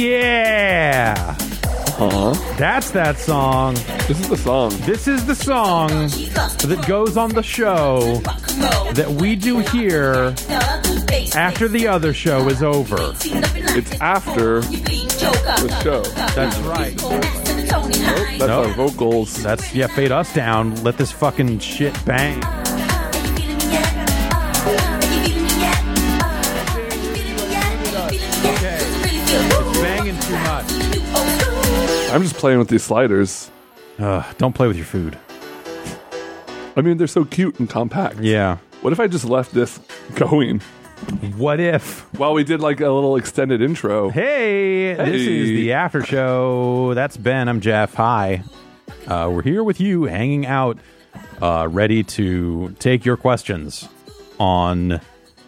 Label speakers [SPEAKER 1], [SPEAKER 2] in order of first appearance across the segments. [SPEAKER 1] Yeah! Uh-huh.
[SPEAKER 2] Huh?
[SPEAKER 1] That's that song.
[SPEAKER 2] This is the song.
[SPEAKER 1] This is the song that goes on Mm. the show that we do here after the other show is over.
[SPEAKER 2] It's after the show.
[SPEAKER 1] That's right.
[SPEAKER 2] That's our vocals.
[SPEAKER 1] That's, yeah, fade us down. Let this fucking shit bang. It's banging too much.
[SPEAKER 2] I'm just playing with these sliders.
[SPEAKER 1] Ugh, don't play with your food.
[SPEAKER 2] I mean, they're so cute and compact.
[SPEAKER 1] Yeah.
[SPEAKER 2] What if I just left this going
[SPEAKER 1] What if?
[SPEAKER 2] while we did like a little extended intro?
[SPEAKER 1] Hey, this
[SPEAKER 2] Hey.
[SPEAKER 1] is the after show. That's Ben. I'm Jeff. Hi. Uh, we're here with you, hanging out, uh, ready to take your questions on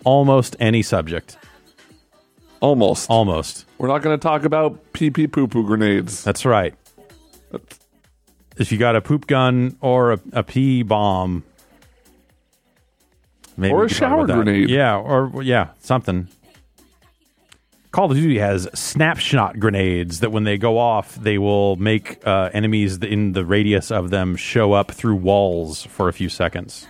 [SPEAKER 1] almost any subject.
[SPEAKER 2] Almost.
[SPEAKER 1] Almost.
[SPEAKER 2] We're not going to talk about pee pee poo poo grenades.
[SPEAKER 1] That's right. If you got a poop gun or a, a pee bomb, maybe
[SPEAKER 2] Or
[SPEAKER 1] we
[SPEAKER 2] a
[SPEAKER 1] could talk about
[SPEAKER 2] shower
[SPEAKER 1] that.
[SPEAKER 2] grenade.
[SPEAKER 1] yeah, or yeah, something. Call of Duty has snapshot grenades that, when they go off, they will make uh, enemies in the radius of them show up through walls for a few seconds.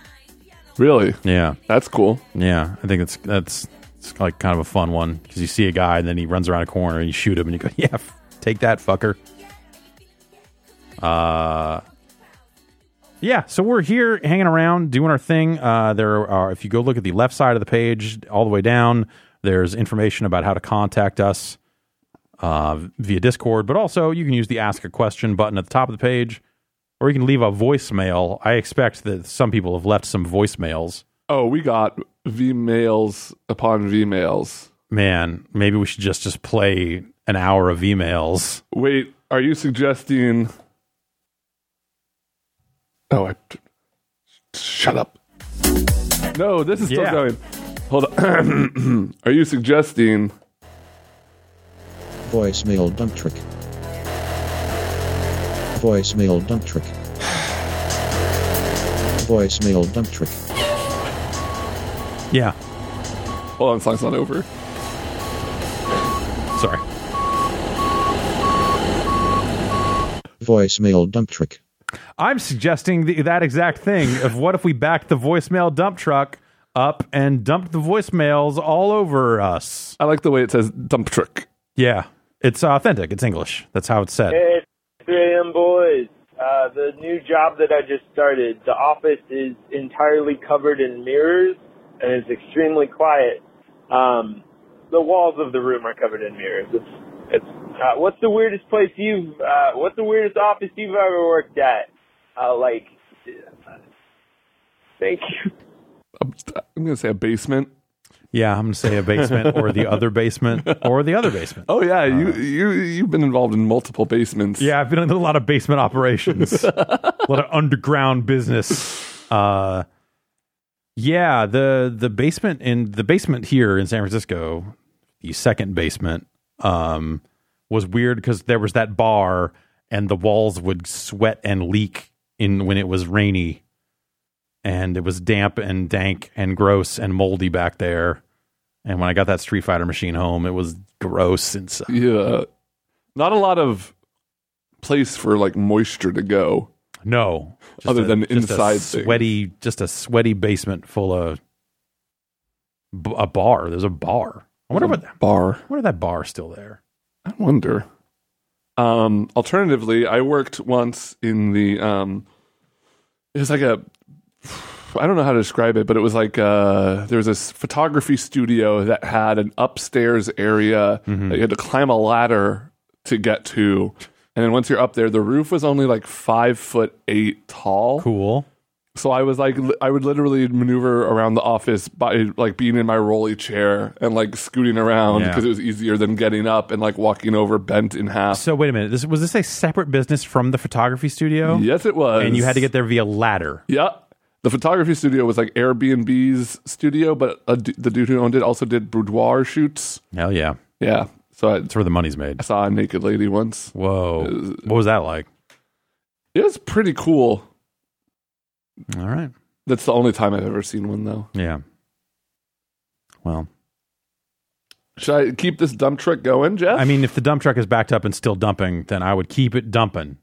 [SPEAKER 2] Really?
[SPEAKER 1] Yeah,
[SPEAKER 2] That's cool.
[SPEAKER 1] yeah, I think it's that's it's like kind of a fun one because you see a guy and then he runs around a corner and you shoot him and you go, yeah, f- take that fucker. Uh, yeah. So we're here hanging around doing our thing. Uh, there are if you go look at the left side of the page all the way down, there's information about how to contact us uh, via Discord, but also you can use the ask a question button at the top of the page. Or you can leave a voicemail. I expect that some people have left some voicemails.
[SPEAKER 2] Oh, we got V mails upon V mails.
[SPEAKER 1] man, maybe we should just just play an hour of emails.
[SPEAKER 2] Wait, are you suggesting? Oh, I shut up. No, this is still
[SPEAKER 1] Yeah.
[SPEAKER 2] going. Hold on. are you suggesting?
[SPEAKER 3] Voicemail dump trick. Voicemail dump trick. Voicemail dump trick.
[SPEAKER 1] Yeah.
[SPEAKER 2] Hold on, song's not over.
[SPEAKER 1] Sorry.
[SPEAKER 3] Voicemail dump trick.
[SPEAKER 1] I'm suggesting the, that exact thing of what if we backed the voicemail dump truck up and dumped the voicemails all over us.
[SPEAKER 2] I like the way it says dump trick.
[SPEAKER 1] Yeah. It's authentic. It's English. That's how it's said.
[SPEAKER 4] Hey, 3 a.m. boys. Uh, the new job that I just started, the office is entirely covered in mirrors and it's extremely quiet. Um, the walls of the room are covered in mirrors. It's, it's, uh, what's the weirdest place you've, uh, what's the weirdest office you've ever worked at? Uh, like, thank you.
[SPEAKER 2] I'm, I'm gonna say a basement.
[SPEAKER 1] Yeah, I'm going to say a basement or the other basement or the other basement.
[SPEAKER 2] Oh yeah, you you you've been involved in multiple basements.
[SPEAKER 1] Uh. Yeah, I've been in a lot of basement operations, a lot of underground business. Uh, yeah, the the basement in the basement here in San Francisco, the second basement, um, was weird because there was that bar and the walls would sweat and leak in when it was rainy, and it was damp and dank and gross and moldy back there. And when I got that Street Fighter machine home, it was gross and so
[SPEAKER 2] yeah. Not a lot of place for like moisture to go.
[SPEAKER 1] No, Just
[SPEAKER 2] Other than
[SPEAKER 1] just
[SPEAKER 2] inside things.
[SPEAKER 1] sweaty, just a sweaty basement full of b- a bar. There's a bar. I wonder what.
[SPEAKER 2] Mm.
[SPEAKER 1] I
[SPEAKER 2] Bar.
[SPEAKER 1] wonder if that bar's still there.
[SPEAKER 2] I wonder. Um, alternatively, I worked once in the um, it was like a I don't know how to describe it, but it was like uh, there was this photography studio that had an upstairs area that you had to climb a ladder to get to, and then once you're up there, the roof was only like five foot eight tall.
[SPEAKER 1] Cool.
[SPEAKER 2] So I was like, li- I would literally maneuver around the office by like being in my rolly chair and like scooting around
[SPEAKER 1] Yeah.
[SPEAKER 2] because it was easier than getting up and like walking over bent in half.
[SPEAKER 1] So wait a minute. This was this a separate business from the photography studio?
[SPEAKER 2] yes, it was.
[SPEAKER 1] And you had to get there via ladder.
[SPEAKER 2] Yeah. The photography studio was like Airbnb's studio, but uh, d- the dude who owned it also did boudoir shoots.
[SPEAKER 1] Hell yeah.
[SPEAKER 2] Yeah. So I
[SPEAKER 1] That's where the money's made.
[SPEAKER 2] saw a naked lady once.
[SPEAKER 1] Whoa. What was that like?
[SPEAKER 2] It was pretty cool.
[SPEAKER 1] All right.
[SPEAKER 2] That's the only time I've ever seen one, though.
[SPEAKER 1] Yeah. Well,
[SPEAKER 2] Should I keep this dump truck going, Jeff?
[SPEAKER 1] I mean, if the dump truck is backed up and still dumping, then I would keep it dumping.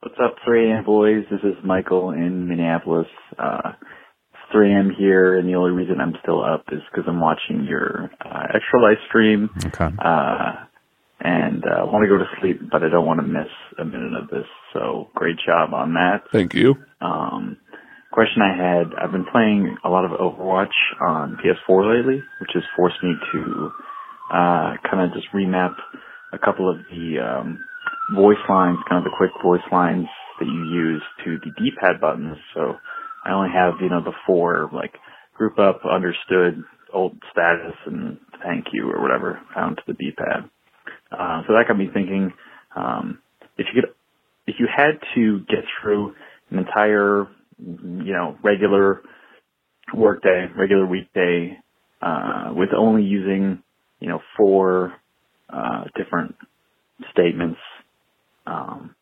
[SPEAKER 5] What's up, 3 a.m. boys? This is Michael in Minneapolis. Uh, it's 3 a.m. here, and the only reason I'm still up is because I'm watching your uh, extra live stream,
[SPEAKER 1] Okay.
[SPEAKER 5] uh, and uh, want to go to sleep, but I don't want to miss a minute of this. So great job on that.
[SPEAKER 2] thank you.
[SPEAKER 5] Um, question I had: I've been playing a lot of Overwatch on PS4 lately, which has forced me to uh, kind of just remap a couple of the um, voice lines, kind of the quick voice lines that you use to the D-pad buttons. So I only have you know the four like group up, understood, old status, and thank you or whatever down to the D-pad. Uh, so that got me thinking: um, if you could if you had to get through an entire, you know, regular workday, regular weekday, uh, with only using, you know, four uh, different statements, um,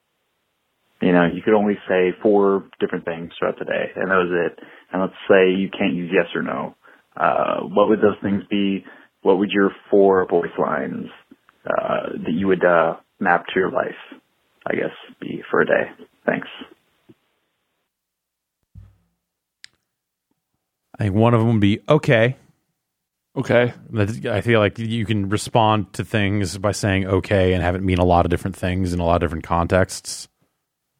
[SPEAKER 5] you know, you could only say four different things throughout the day, and that was it. And let's say you can't use yes or no. Uh, what would those things be? What would your four voice lines uh, that you would uh, map to your life, I guess, be for a day? Thanks.
[SPEAKER 1] I think one of them would be okay.
[SPEAKER 2] Okay.
[SPEAKER 1] That's- I feel like you can respond to things by saying okay and have it mean a lot of different things in a lot of different contexts.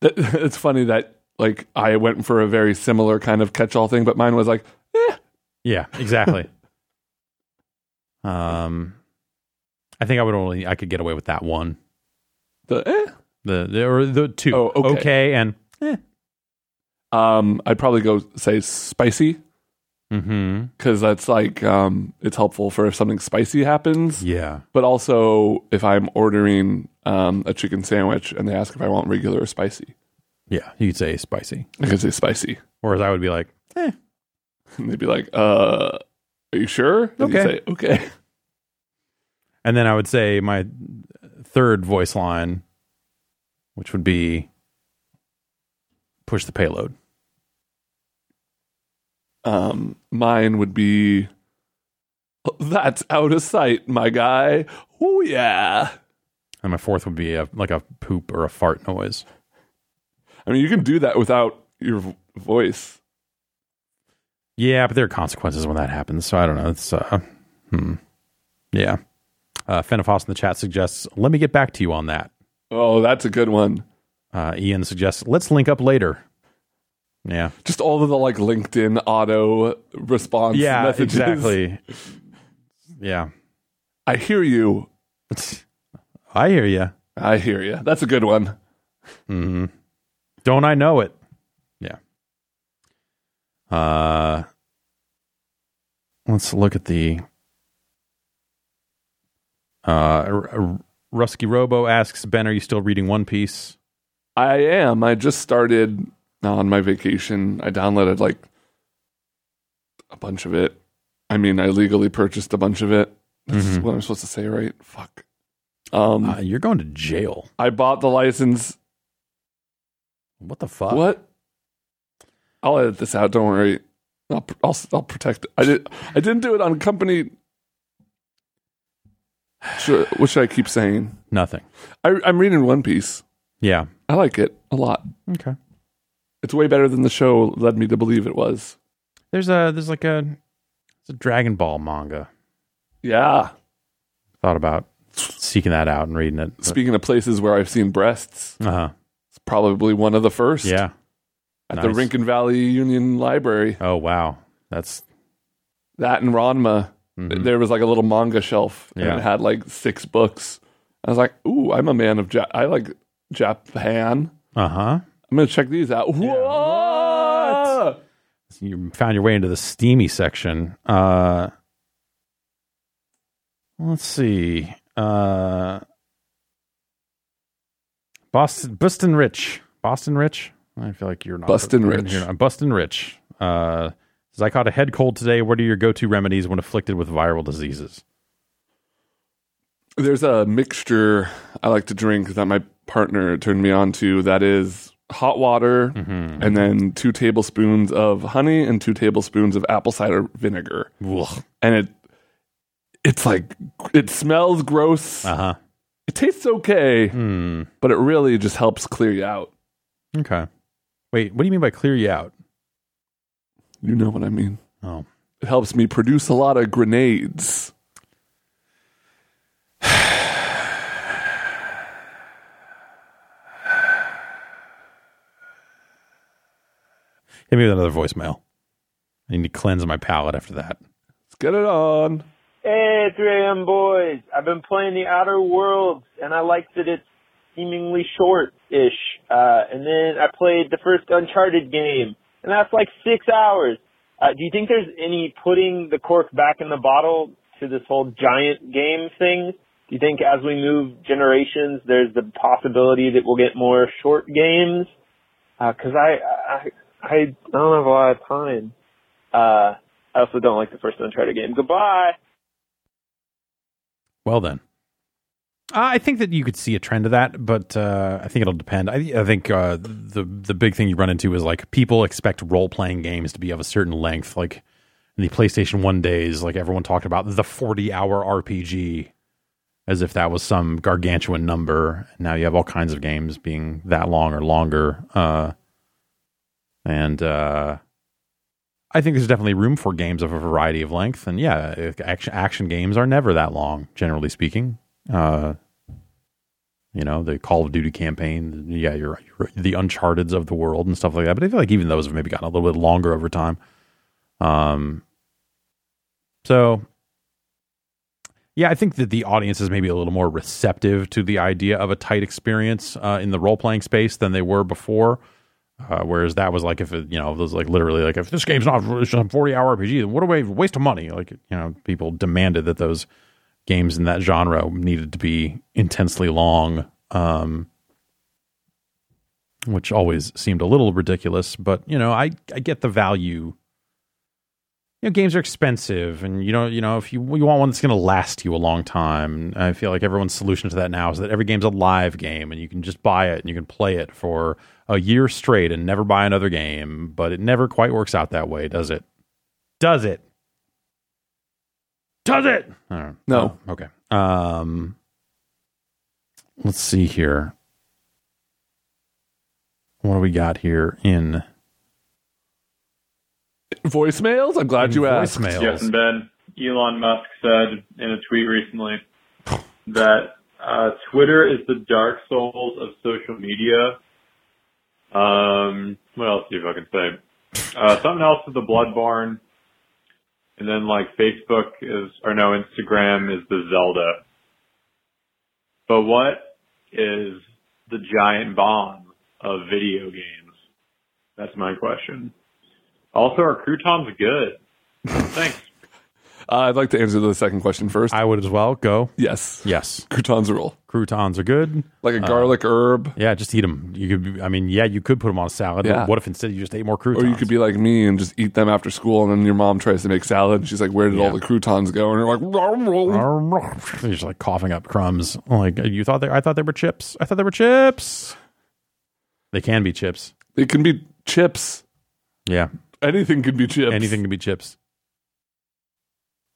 [SPEAKER 2] That, it's funny that like I went for a very similar kind of catch-all thing, but mine was like, eh,
[SPEAKER 1] Yeah, exactly. um, I think I would only I could get away with that one.
[SPEAKER 2] the eh.
[SPEAKER 1] The, the or the two.
[SPEAKER 2] Oh, okay.
[SPEAKER 1] and eh.
[SPEAKER 2] Um, I'd probably go say spicy
[SPEAKER 1] Mm-hmm.
[SPEAKER 2] because that's like um, it's helpful for if something spicy happens.
[SPEAKER 1] Yeah.
[SPEAKER 2] But also if I'm ordering um, a chicken sandwich and they ask if I want regular or spicy,
[SPEAKER 1] Yeah. You could say spicy.
[SPEAKER 2] I could say spicy,
[SPEAKER 1] Whereas I would be like, eh.
[SPEAKER 2] and they'd be like, "Uh, are you sure?" And you
[SPEAKER 1] Okay.
[SPEAKER 2] say, "Okay."
[SPEAKER 1] And then I would say my third voice line, which would be push the payload.
[SPEAKER 2] Um, mine would be, "Oh, "That's out of sight, my guy." Oh yeah.
[SPEAKER 1] And my fourth would be a, like a poop or a fart noise.
[SPEAKER 2] I mean, you can do that without your v- voice.
[SPEAKER 1] Yeah, but there are consequences when that happens. So I don't know. It's, uh, hmm. Yeah. Uh, Fenifos in the chat suggests, let me get back to you on that.
[SPEAKER 2] Oh, that's a good one.
[SPEAKER 1] Uh, Ian suggests, let's link up later. Yeah.
[SPEAKER 2] Just all of the like LinkedIn auto response
[SPEAKER 1] Yeah,
[SPEAKER 2] messages.
[SPEAKER 1] exactly. Yeah.
[SPEAKER 2] I hear you.
[SPEAKER 1] I hear you.
[SPEAKER 2] I hear you. That's a good one.
[SPEAKER 1] hmm Don't I know it? Yeah. Uh, let's look at the. Uh, R- R- Rusky Robo asks Ben, "Are you still reading One Piece?"
[SPEAKER 2] I am. I just started on my vacation. I downloaded like a bunch of it. I mean, I legally purchased a bunch of it. That's
[SPEAKER 1] Mhm.
[SPEAKER 2] what I'm supposed to say, right? Fuck. Um,
[SPEAKER 1] Uh, you're going to jail.
[SPEAKER 2] I bought the license.
[SPEAKER 1] What the fuck?
[SPEAKER 2] What? I'll edit this out. Don't worry. I'll I'll, I'll protect it. I did. I didn't do it on company. Should, what should I keep saying?
[SPEAKER 1] Nothing.
[SPEAKER 2] I, I'm reading One Piece.
[SPEAKER 1] Yeah.
[SPEAKER 2] I like it a lot.
[SPEAKER 1] Okay.
[SPEAKER 2] It's way better than the show led me to believe it was.
[SPEAKER 1] There's a there's like a it's a Dragon Ball manga.
[SPEAKER 2] Yeah.
[SPEAKER 1] Thought about seeking that out and reading it.
[SPEAKER 2] Speaking of places where I've seen breasts,
[SPEAKER 1] Uh huh.
[SPEAKER 2] it's probably one of the first.
[SPEAKER 1] Yeah.
[SPEAKER 2] At the
[SPEAKER 1] nice.
[SPEAKER 2] Rincon Valley Union Library.
[SPEAKER 1] Oh wow. That's
[SPEAKER 2] That and Ronma.
[SPEAKER 1] mhm.
[SPEAKER 2] there was like a little manga shelf
[SPEAKER 1] Yeah.
[SPEAKER 2] and it had like six books. I was like, "Ooh, I'm a man of ja- I like Japan.
[SPEAKER 1] uh huh.
[SPEAKER 2] I'm gonna check these out." What?
[SPEAKER 1] you found your way into the steamy section. Uh, let's see. Uh, Boston, Boston Rich, Boston Rich. I feel like you're not
[SPEAKER 2] Bustin'
[SPEAKER 1] you're-
[SPEAKER 2] Rich.
[SPEAKER 1] You're not, Bustin' Rich. Uh, says I caught a head cold today. What are your go-to remedies when afflicted with viral diseases?
[SPEAKER 2] There's a mixture I like to drink that my partner turned me on to. That is hot water
[SPEAKER 1] Mm-hmm.
[SPEAKER 2] and then two tablespoons of honey and two tablespoons of apple cider vinegar, and it it's like it smells gross.
[SPEAKER 1] Uh huh.
[SPEAKER 2] It tastes okay, but it really just helps clear you out.
[SPEAKER 1] Okay. Wait, what do you mean by clear you out?
[SPEAKER 2] You know what I mean.
[SPEAKER 1] Oh,
[SPEAKER 2] It helps me produce a lot of grenades.
[SPEAKER 1] hit me with another voicemail. I need to cleanse my palate after that.
[SPEAKER 2] Let's get it on.
[SPEAKER 4] Hey, 3 AM boys. I've been playing The Outer Worlds, and I like that it's seemingly short-ish. Uh, and then I played the first Uncharted game, and that's like six hours. Uh, do you think there's any putting the cork back in the bottle to this whole giant game thing? Do you think as we move generations, there's the possibility that we'll get more short games? Because I, I, I don't have a lot of time. Uh, I also don't like the first Uncharted game. Goodbye.
[SPEAKER 1] Well then, Uh, I think that you could see a trend of that, but uh, I think it'll depend. I, I think uh, the the big thing you run into is like people expect role playing games to be of a certain length. Like in the PlayStation One days, like everyone talked about the forty hour RPG as if that was some gargantuan number. Now you have all kinds of games being that long or longer, uh, and uh, I think there's definitely room for games of a variety of length, and yeah, if action action games are never that long, generally speaking. Uh, you know, the Call of Duty campaign, yeah, you're, you're the Uncharted's of the world and stuff like that. But I feel like even those have maybe gotten a little bit longer over time. Um, so yeah, I think that the audience is maybe a little more receptive to the idea of a tight experience uh, in the role playing space than they were before. Uh, whereas that was like if it, you know, it was like literally like if this game's not it's a forty hour RPG, then what a wa- waste of money. Like you know, people demanded that those games in that genre needed to be intensely long, um, which always seemed a little ridiculous. But you know, I I get the value you know, games are expensive, and you know, you know, if you you want one that's going to last you a long time, and I feel like everyone's solution to that now is that every game's a live game, and you can just buy it and you can play it for a year straight and never buy another game. But it never quite works out that way, does it? Does it? Does it? I don't know.
[SPEAKER 2] No.
[SPEAKER 1] Oh, okay. Um, let's see here. What do we got here in?
[SPEAKER 2] Voicemails? I'm glad
[SPEAKER 1] In
[SPEAKER 2] you asked.
[SPEAKER 1] voicemails.
[SPEAKER 6] Yes, in bed. Elon Musk said in a tweet recently that uh, Twitter is the dark souls of social media. Um, what else do you fucking say? Uh, something else is the blood barn. And then like Facebook is, or no, Instagram is the Zelda. But what is the giant bomb of video games? That's my question. Also, are croutons good? Thanks.
[SPEAKER 2] Uh, I'd like to answer the second question first.
[SPEAKER 1] I would as well go.
[SPEAKER 2] yes.
[SPEAKER 1] Yes,
[SPEAKER 2] Croutons rule.
[SPEAKER 1] croutons are good.
[SPEAKER 2] Like a garlic herb.
[SPEAKER 1] Yeah, just eat them. You could, I mean, yeah, you could put them on a salad.
[SPEAKER 2] Yeah.
[SPEAKER 1] But what if instead you just ate more croutons?
[SPEAKER 2] Or you could be like me and just eat them after school, and then your mom tries to make salad, and she's like, "Where did all the croutons go?" And you're like, "Oh." "Rom, rom."
[SPEAKER 1] You're just like coughing up crumbs. Like you thought they, I thought they were chips. I thought they were chips. They can be chips.
[SPEAKER 2] "It can be chips.
[SPEAKER 1] Yeah,
[SPEAKER 2] Anything can be chips.
[SPEAKER 1] anything can be chips.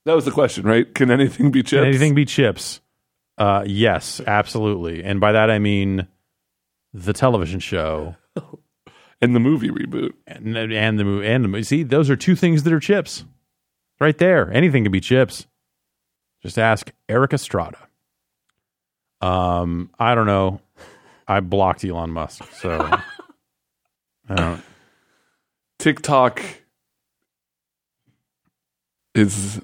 [SPEAKER 2] That was the question, right? Can anything be chips?
[SPEAKER 1] Can anything be chips? Uh, yes, absolutely. And by that I mean the television show
[SPEAKER 2] in the movie reboot.
[SPEAKER 1] and, and the movie. And the movie. See, those are two things that are chips, right there. Anything can be chips. Just ask Eric Estrada. Um, I don't know. I blocked Elon Musk, so I don't.
[SPEAKER 2] TikTok is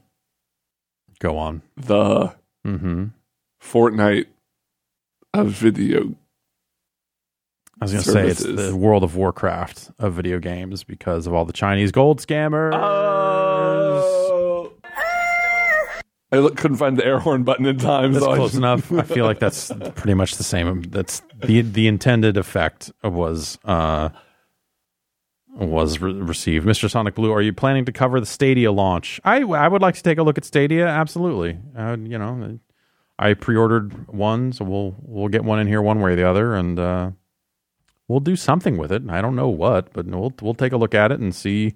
[SPEAKER 1] Go on.
[SPEAKER 2] the
[SPEAKER 1] Mm-hmm.
[SPEAKER 2] Fortnite of video.
[SPEAKER 1] I was going to say it's
[SPEAKER 2] Services.
[SPEAKER 1] the World of Warcraft of video games because of all the Chinese gold scammers.
[SPEAKER 2] I look- couldn't find the air horn button in time.
[SPEAKER 1] that's
[SPEAKER 2] so I
[SPEAKER 1] close
[SPEAKER 2] just-
[SPEAKER 1] enough. I feel like that's pretty much the same. That's the the intended effect was uh was re- received. Mr. Sonic Blue, are you planning to cover the Stadia launch? I I would like to take a look at Stadia. Absolutely. Uh, you know, I pre-ordered one, so we'll we'll get one in here one way or the other, and uh, we'll do something with it. I don't know what, but we'll we'll take a look at it and see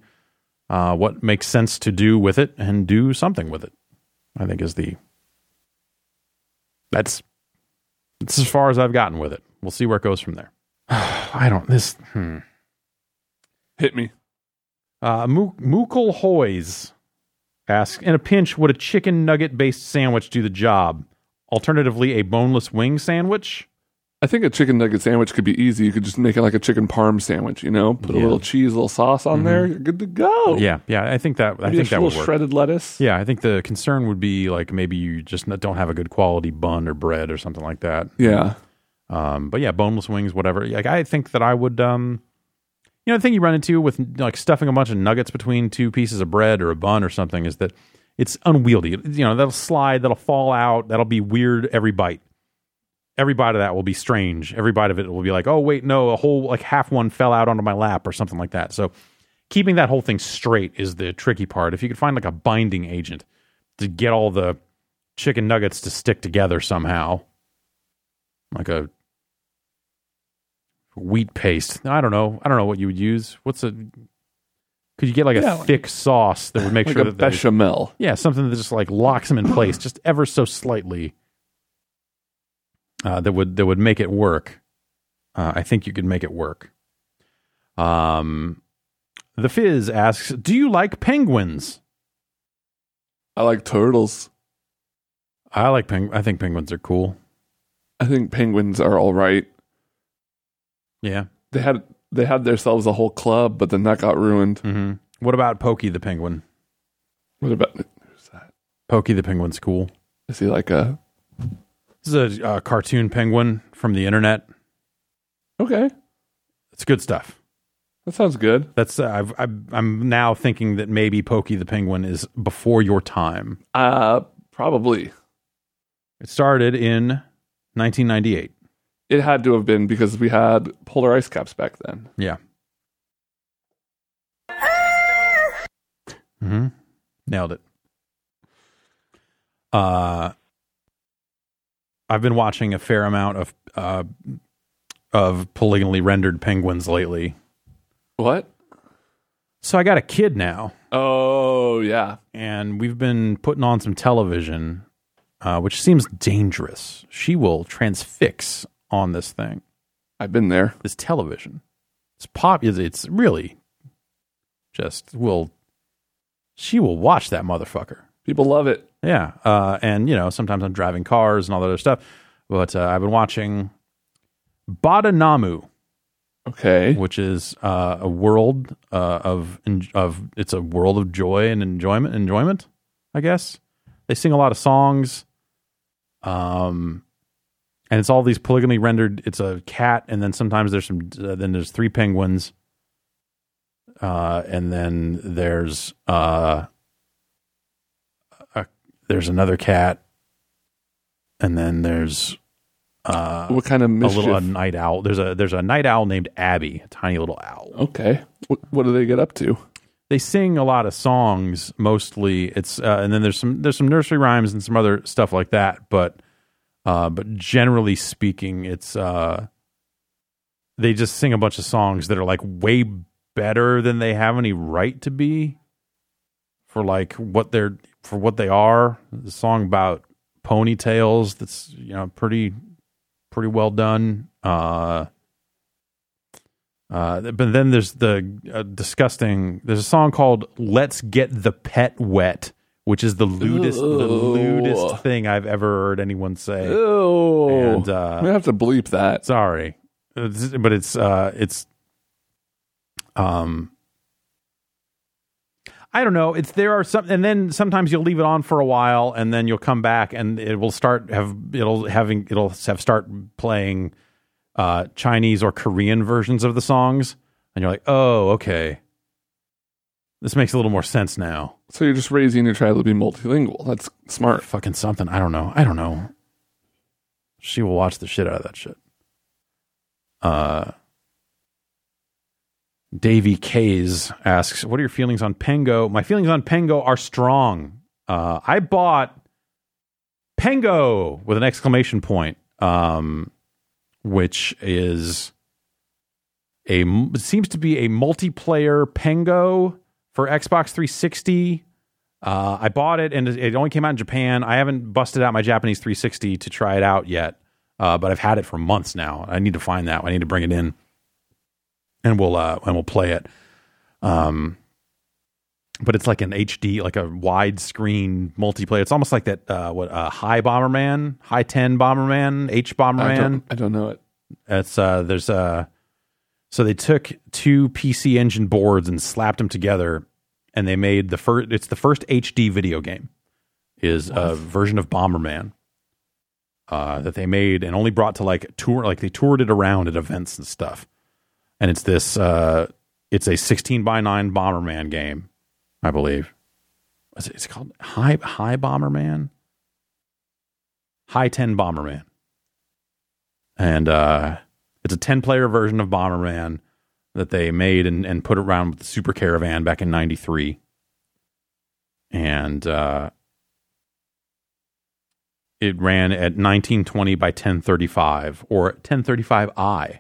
[SPEAKER 1] uh, what makes sense to do with it and do something with it. I think is the that's that's as far as I've gotten with it. We'll see where it goes from there. I don't this hmm.
[SPEAKER 2] Hit me.
[SPEAKER 1] Uh, Mu- Mukul Hoys asks, in a pinch, would a chicken nugget based sandwich do the job? Alternatively, a boneless wing sandwich?
[SPEAKER 2] I think a chicken nugget sandwich could be easy. You could just make it like a chicken parm sandwich, you know? Put a
[SPEAKER 1] Yeah. Mm-hmm.
[SPEAKER 2] little cheese, a little sauce on there. You're good to go.
[SPEAKER 1] Yeah, yeah, I think that I
[SPEAKER 2] Maybe
[SPEAKER 1] think
[SPEAKER 2] a
[SPEAKER 1] that would
[SPEAKER 2] little
[SPEAKER 1] work.
[SPEAKER 2] shredded lettuce.
[SPEAKER 1] Yeah, I think the concern would be like maybe you just n- don't have a good quality bun or bread or something like that.
[SPEAKER 2] Yeah.
[SPEAKER 1] Um, but yeah, boneless wings, whatever. Like I think that I would, um, you know, the thing you run into with like stuffing a bunch of nuggets between two pieces of bread or a bun or something is that it's unwieldy. You know, that'll slide, that'll fall out, that'll be weird every bite. Every bite of that will be strange. Every bite of it will be like, oh wait, no, a whole like half one fell out onto my lap or something like that. So keeping that whole thing straight is the tricky part. If you could find like a binding agent to get all the chicken nuggets to stick together somehow, like a wheat paste. I don't know. I don't know what you would use. What's a? Could you get like a
[SPEAKER 2] Yeah, like-
[SPEAKER 1] thick sauce that would make
[SPEAKER 2] Like
[SPEAKER 1] sure
[SPEAKER 2] a
[SPEAKER 1] that they-
[SPEAKER 2] bechamel.
[SPEAKER 1] yeah, something that just like locks them in place just ever so slightly. Uh, that would that would make it work. Uh, I think you could make it work. Um, the Fizz asks, "Do you like penguins?"
[SPEAKER 2] I like turtles.
[SPEAKER 1] I like peng. I think penguins are cool.
[SPEAKER 2] I think penguins are all right.
[SPEAKER 1] Yeah.
[SPEAKER 2] They had they had themselves a whole club, but then that got ruined.
[SPEAKER 1] Mm-hmm. What about Pokey the penguin?
[SPEAKER 2] What about who's that?
[SPEAKER 1] Pokey the penguin's cool.
[SPEAKER 2] Is he like a
[SPEAKER 1] This is a uh, cartoon penguin from the internet.
[SPEAKER 2] okay?
[SPEAKER 1] It's good stuff.
[SPEAKER 2] That sounds good.
[SPEAKER 1] That's uh, I've, I've, I'm now thinking that maybe Pokey the Penguin is before your time.
[SPEAKER 2] Uh probably
[SPEAKER 1] It started in 1998.
[SPEAKER 2] it had to have been because we had polar ice caps back then.
[SPEAKER 1] Yeah. hmm Nailed it. Uh, I've been watching a fair amount of uh, of polygonally rendered penguins lately.
[SPEAKER 2] What?
[SPEAKER 1] So I got a kid now.
[SPEAKER 2] Oh yeah,
[SPEAKER 1] and we've been putting on some television, uh, which seems dangerous. She will transfix on this thing,
[SPEAKER 2] I've been there.
[SPEAKER 1] this television. It's pop. It's, it's really just will. She will watch that motherfucker.
[SPEAKER 2] People love it.
[SPEAKER 1] Yeah, uh, and you know sometimes I'm driving cars and all that other stuff, but uh, I've been watching Badanamu
[SPEAKER 2] Okay.
[SPEAKER 1] which is uh, a world uh, of of it's a world of joy and enjoyment. Enjoyment, I guess. They sing a lot of songs, um, and it's all these polygonally rendered. It's a cat, and then sometimes there's some. Uh, then there's three penguins, uh, and then there's uh, a, there's another cat, and then there's uh,
[SPEAKER 2] What kind of
[SPEAKER 1] a
[SPEAKER 2] mischief?
[SPEAKER 1] little a night owl. There's a there's a night owl named Abby, a tiny little owl.
[SPEAKER 2] okay. What, what do they get up to?
[SPEAKER 1] They sing a lot of songs, mostly. It's uh, and then there's some there's some nursery rhymes and some other stuff like that. But uh, but generally speaking, it's uh, they just sing a bunch of songs that are like way better than they have any right to be for like what they're for what they are. The song about ponytails that's you know pretty pretty well done. Uh, uh, but then there's the uh, disgusting. There's a song called "Let's Get the Pet Wet," which is the lewdest, the
[SPEAKER 2] Ew.
[SPEAKER 1] lewdest thing I've ever heard anyone say.
[SPEAKER 2] Oh,
[SPEAKER 1] And, uh,
[SPEAKER 2] I'm gonna have to bleep that.
[SPEAKER 1] Sorry, It's- but it's uh, it's um, I don't know. It's there are some, and then sometimes you'll leave it on for a while, and then you'll come back, and it will start have it'll having it'll have start playing uh Chinese or Korean versions of the songs, and you're like, oh, okay, this makes a little more sense now.
[SPEAKER 2] So you're just raising your child to be multilingual. That's smart.
[SPEAKER 1] Fucking something. I don't know. I don't know. She will watch the shit out of that shit. Uh, Davy Kays asks, "What are your feelings on Pengo?" My feelings on Pengo are strong. Uh, I bought Pengo with an exclamation point, um, which is a seems to be a multiplayer Pengo for Xbox 360 Uh, I bought it, and it- it only came out in Japan. I haven't busted out my Japanese 360 to try it out yet, uh, but I've had it for months now. I need to find that. I need to bring it in, and we'll uh, and we'll play it. Um, but it's like an HD, like a widescreen multiplayer. It's almost like that uh, what uh, High Bomberman, High Ten Bomberman, H
[SPEAKER 2] I
[SPEAKER 1] Bomberman.
[SPEAKER 2] don't, I don't know it.
[SPEAKER 1] It's uh, there's uh, so they took two PC Engine boards and slapped them together, and they made the first. It's the first HD video game. Is a version of Bomberman uh, that they made and only brought to like tour, like they toured it around at events and stuff. And it's this, uh, it's a 16 by 9 Bomberman game, I believe. Is it, is it called High High Bomberman? High 10 Bomberman and uh, it's a 10 player version of Bomberman that they made and, and put around with the Super Caravan back in 93. And uh, it ran at 1920 by 1035 or 1035i.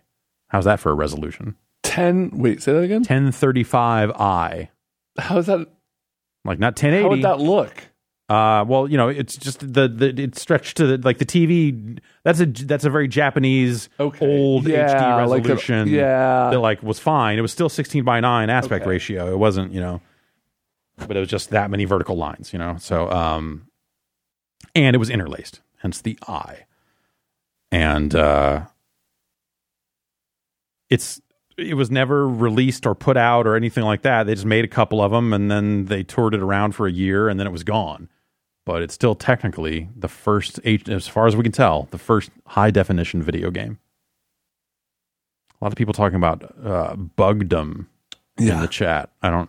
[SPEAKER 1] How's that for a resolution?
[SPEAKER 2] Ten. Wait, say that again.
[SPEAKER 1] 1035i.
[SPEAKER 2] How's that?
[SPEAKER 1] Like not 1080.
[SPEAKER 2] How would that look?
[SPEAKER 1] Uh, well, you know, it's just the, the it's stretched to the, like the TV. That's a that's a very Japanese old
[SPEAKER 2] Yeah,
[SPEAKER 1] HD
[SPEAKER 2] like a-
[SPEAKER 1] resolution.
[SPEAKER 2] yeah.
[SPEAKER 1] that like was fine. It was still 16 by 9 aspect
[SPEAKER 2] Okay.
[SPEAKER 1] ratio. It wasn't, you know, but it was just that many vertical lines, you know. So, um, and it was interlaced, hence the eye. And uh, it's it was never released or put out or anything like that. They just made a couple of them and then they toured it around for a year and then it was gone. But it's still technically the first, H- as far as we can tell, the first high definition video game. A lot of people talking about uh, bugdom in
[SPEAKER 2] Yeah.
[SPEAKER 1] the chat. I don't,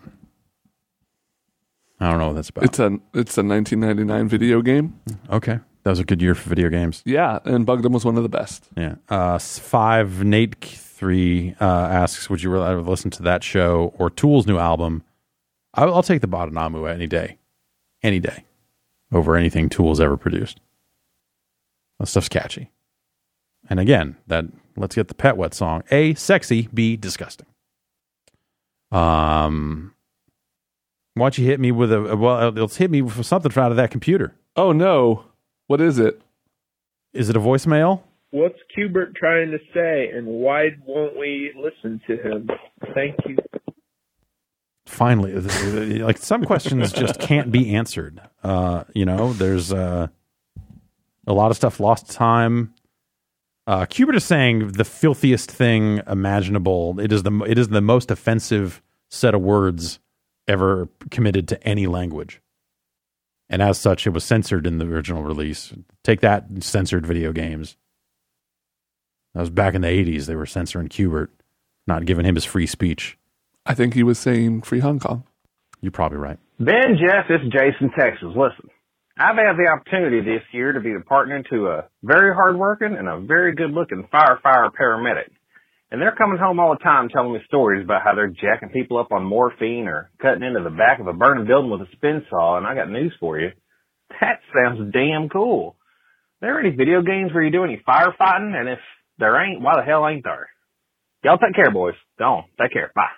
[SPEAKER 1] I don't know what that's about.
[SPEAKER 2] It's a it's a 1999 video game.
[SPEAKER 1] okay, that was a good year for video games.
[SPEAKER 2] Yeah, and Bugdom was one of the best.
[SPEAKER 1] Yeah. Uh, s- five Nate K- three uh, asks, would you rather listen to that show or Tool's new album? I, I'll take the Badanamu any day, any day, over anything Tool's ever produced. That stuff's catchy. And again, that let's get the pet wet song. A sexy, B disgusting. Um, why don't you hit me with a well? Let's hit me with something out of that computer.
[SPEAKER 2] Oh no, what is it?
[SPEAKER 1] Is it a voicemail?
[SPEAKER 4] What's Kubert trying to say, and why won't we listen to him? Thank you.
[SPEAKER 1] finally like some questions just can't be answered uh you know there's uh a lot of stuff lost time uh Kubert is saying the filthiest thing imaginable it is the it is the most offensive set of words ever committed to any language and as such it was censored in the original release take that censored video games that was back in the 80s they were censoring Kubert not giving him his free speech
[SPEAKER 2] I think he was saying Free Hong Kong.
[SPEAKER 1] you're probably right
[SPEAKER 7] Ben, Jeff, it's Jason, Texas. Listen, I've had the opportunity this year to be the partner to a very hardworking and a very good-looking firefighter paramedic. And they're coming home all the time telling me stories about how they're jacking people up on morphine or cutting into the back of a burning building with a spin saw. And I got news for you. That sounds damn cool. There any video games where you do any firefighting? And if there ain't, why the hell ain't there? Y'all take care, boys. Don't. Take care. Bye.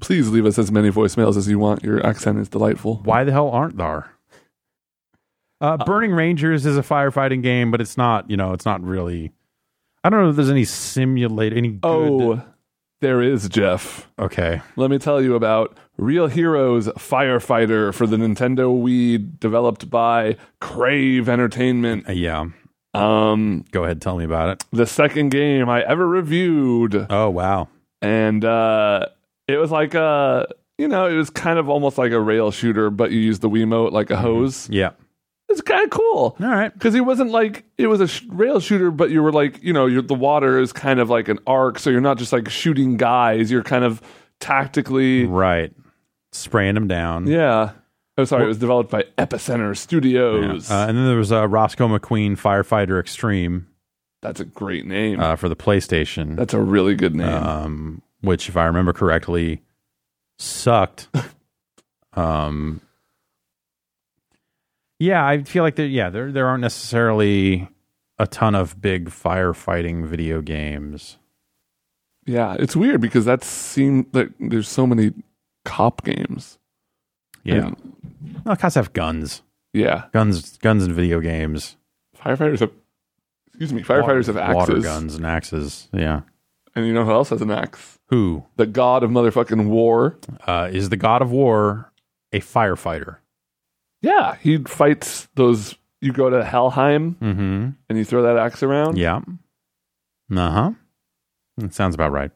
[SPEAKER 2] Please leave us as many voicemails as you want. Your accent is delightful.
[SPEAKER 1] why the hell aren't there? Uh, Burning Rangers is a firefighting game, but it's not. You know, it's not really. I don't know if there's any simulate any. Good,
[SPEAKER 2] Oh, there is Jeff.
[SPEAKER 1] okay.
[SPEAKER 2] Let me tell you about Real Heroes Firefighter for the Nintendo Wii, developed by Crave Entertainment.
[SPEAKER 1] Uh, yeah,
[SPEAKER 2] Um,
[SPEAKER 1] go ahead. Tell me about it.
[SPEAKER 2] the second game I ever reviewed.
[SPEAKER 1] Oh wow.
[SPEAKER 2] and uh, it was like a you know it was kind of almost like a rail shooter but you used the wiimote like a
[SPEAKER 1] Mm-hmm.
[SPEAKER 2] hose
[SPEAKER 1] Yeah.
[SPEAKER 2] it's kind of cool
[SPEAKER 1] All right.
[SPEAKER 2] because it wasn't like it was a sh- rail shooter but you were like you know you're, the water is kind of like an arc so you're not just like shooting guys you're kind of tactically
[SPEAKER 1] Right. Spraying them down.
[SPEAKER 2] yeah oh sorry it was developed by
[SPEAKER 1] Yeah.
[SPEAKER 2] epicenter studios
[SPEAKER 1] Uh, and then there was uh, Roscoe McQueen Firefighter Extreme
[SPEAKER 2] that's a great name
[SPEAKER 1] uh, for the PlayStation.
[SPEAKER 2] that's a really good name
[SPEAKER 1] um, which, if I remember correctly, sucked. um, yeah, I feel like there. Yeah, there there aren't necessarily a ton of big firefighting video games.
[SPEAKER 2] yeah it's weird because that seemed like there's so many cop games
[SPEAKER 1] Yeah. Well, cops have guns,
[SPEAKER 2] Yeah.
[SPEAKER 1] guns, guns in video games.
[SPEAKER 2] Firefighters have, excuse me, firefighters have axes.
[SPEAKER 1] water guns, and axes. Yeah.
[SPEAKER 2] And you know who else has an axe?
[SPEAKER 1] Who
[SPEAKER 2] The god of motherfucking war.
[SPEAKER 1] uh, is the god of war? A firefighter.
[SPEAKER 2] Yeah. He fights those. You go to Helheim
[SPEAKER 1] Mm-hmm.
[SPEAKER 2] and you throw that axe around.
[SPEAKER 1] Yeah. Uh huh. That sounds about right.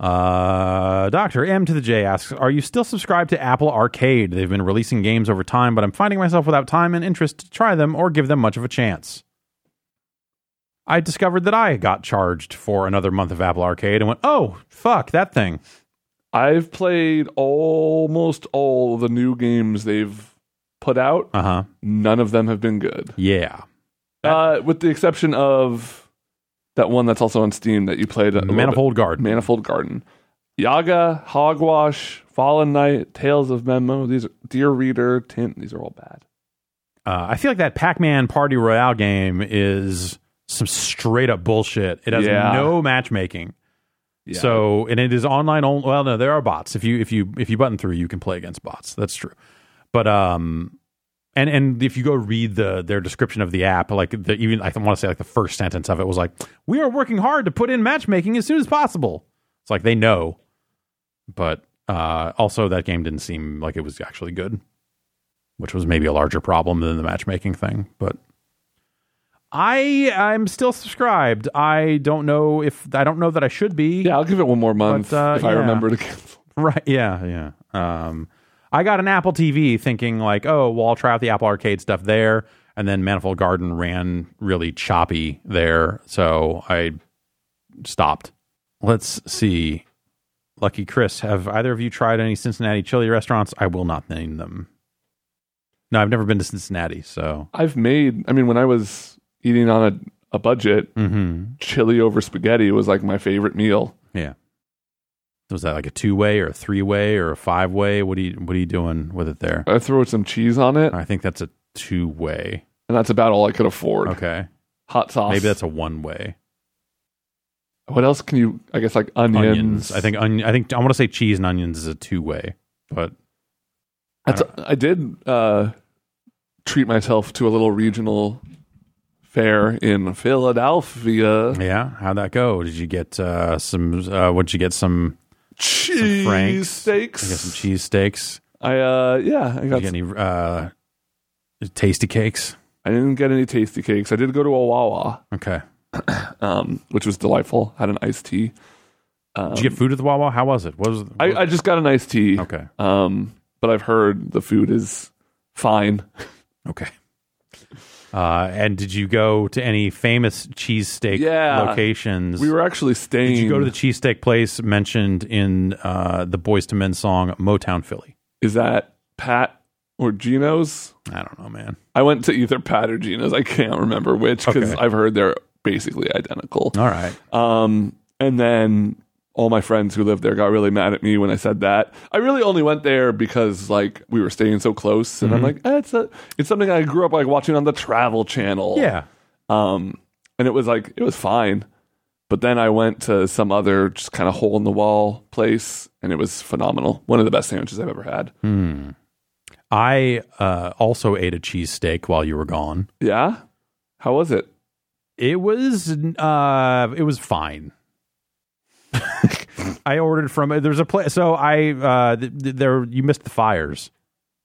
[SPEAKER 1] Uh, Dr. M to the J asks Are you still subscribed to Apple Arcade? They've been releasing games over time, but I'm finding myself without time and interest to try them or give them much of a chance. I discovered that I got charged for another month of Apple Arcade and went, oh, fuck, that thing.
[SPEAKER 2] I've played almost all the new games they've put out.
[SPEAKER 1] Uh huh.
[SPEAKER 2] None of them have been good.
[SPEAKER 1] Yeah.
[SPEAKER 2] Uh, with the exception of that one that's also on Steam that you played. a little bit.
[SPEAKER 1] Manifold Guard.
[SPEAKER 2] Manifold Garden. Yaga, Hogwash, Fallen Knight, Tales of Memo, these are Dear Reader, Tint, these are all bad.
[SPEAKER 1] Uh, I feel like that Pac Man Party Royale game is some straight up bullshit. It has
[SPEAKER 2] Yeah.
[SPEAKER 1] no matchmaking.
[SPEAKER 2] Yeah.
[SPEAKER 1] So and it is online only. Well, no, there are bots. If you if you if you button through, you can play against bots. That's true. But um, and and if you go read the their description of the app, like the, even I want to say like the first sentence of it was like, "We are working hard to put in matchmaking as soon as possible." It's like they know, but uh, also that game didn't seem like it was actually good, which was maybe a larger problem than the matchmaking thing. But I I'm still subscribed. I don't know if I don't know that I should be.
[SPEAKER 2] yeah, I'll give it one more month
[SPEAKER 1] But, uh,
[SPEAKER 2] if I
[SPEAKER 1] yeah.
[SPEAKER 2] remember to cancel.
[SPEAKER 1] Right. Yeah. Yeah. Um, I got an Apple TV thinking like, oh, well, I'll try out the Apple Arcade stuff there, and then Manifold Garden ran really choppy there, so I stopped. Let's see. Lucky Chris, have either of you tried any Cincinnati chili restaurants? I will not name them. No, I've never been to Cincinnati, so.
[SPEAKER 2] I've made, I mean, when I was eating on a, a budget,
[SPEAKER 1] Mm-hmm.
[SPEAKER 2] chili over spaghetti was like my favorite meal.
[SPEAKER 1] Was that like a two-way or a three-way or a five-way? What are you What are you doing with it there?
[SPEAKER 2] I throw some cheese on it,
[SPEAKER 1] I think that's a two-way.
[SPEAKER 2] and that's about all I could afford.
[SPEAKER 1] Okay,
[SPEAKER 2] Hot sauce.
[SPEAKER 1] maybe that's a one-way.
[SPEAKER 2] What else can you, I guess, like onions?
[SPEAKER 1] onions. I think on, I think I want to say cheese and onions is a two way, but
[SPEAKER 2] That's, I, did uh, treat myself to a little regional fair in Philadelphia.
[SPEAKER 1] yeah, how'd that go? Did you get uh, some? Uh, what'd you get? Some
[SPEAKER 2] Cheese
[SPEAKER 1] Franks.
[SPEAKER 2] steaks.
[SPEAKER 1] I got some cheese steaks.
[SPEAKER 2] I uh, yeah, I
[SPEAKER 1] Did you
[SPEAKER 2] got.
[SPEAKER 1] get any uh, tasty cakes?
[SPEAKER 2] I didn't get any tasty cakes. I did go to a Wawa,
[SPEAKER 1] Okay.
[SPEAKER 2] um, which was delightful. Had an iced tea. Um,
[SPEAKER 1] Did you get food at the Wawa? How was it? What was? What
[SPEAKER 2] I, I just got an iced tea.
[SPEAKER 1] okay.
[SPEAKER 2] Um, but I've heard the food is fine.
[SPEAKER 1] Okay. Uh, and did you go to any famous cheesesteak
[SPEAKER 2] Yeah.
[SPEAKER 1] locations?
[SPEAKER 2] We were actually staying.
[SPEAKER 1] did you go to the cheesesteak place mentioned in uh, the Boys to Men song Motown Philly?
[SPEAKER 2] Is that Pat or Gino's?
[SPEAKER 1] I don't know, man.
[SPEAKER 2] I went to either Pat or Gina's. I can't remember which because
[SPEAKER 1] Okay.
[SPEAKER 2] I've heard they're basically identical.
[SPEAKER 1] All right.
[SPEAKER 2] Um, and then all my friends who lived there got really mad at me when I said that. I really only went there because like we were staying so close, and I'm
[SPEAKER 1] Mm-hmm.
[SPEAKER 2] like, eh, it's a, it's something I grew up like watching on the Travel Channel.
[SPEAKER 1] Yeah.
[SPEAKER 2] Um, and it was like it was fine, but then I went to some other just kind of hole in the wall place, and it was phenomenal. One of the best sandwiches I've ever had.
[SPEAKER 1] I uh, also ate a cheesesteak while you were gone.
[SPEAKER 2] Yeah, how was it?
[SPEAKER 1] It was uh, it was fine. I ordered from there's a place. So I uh, th- th- there you missed the fires.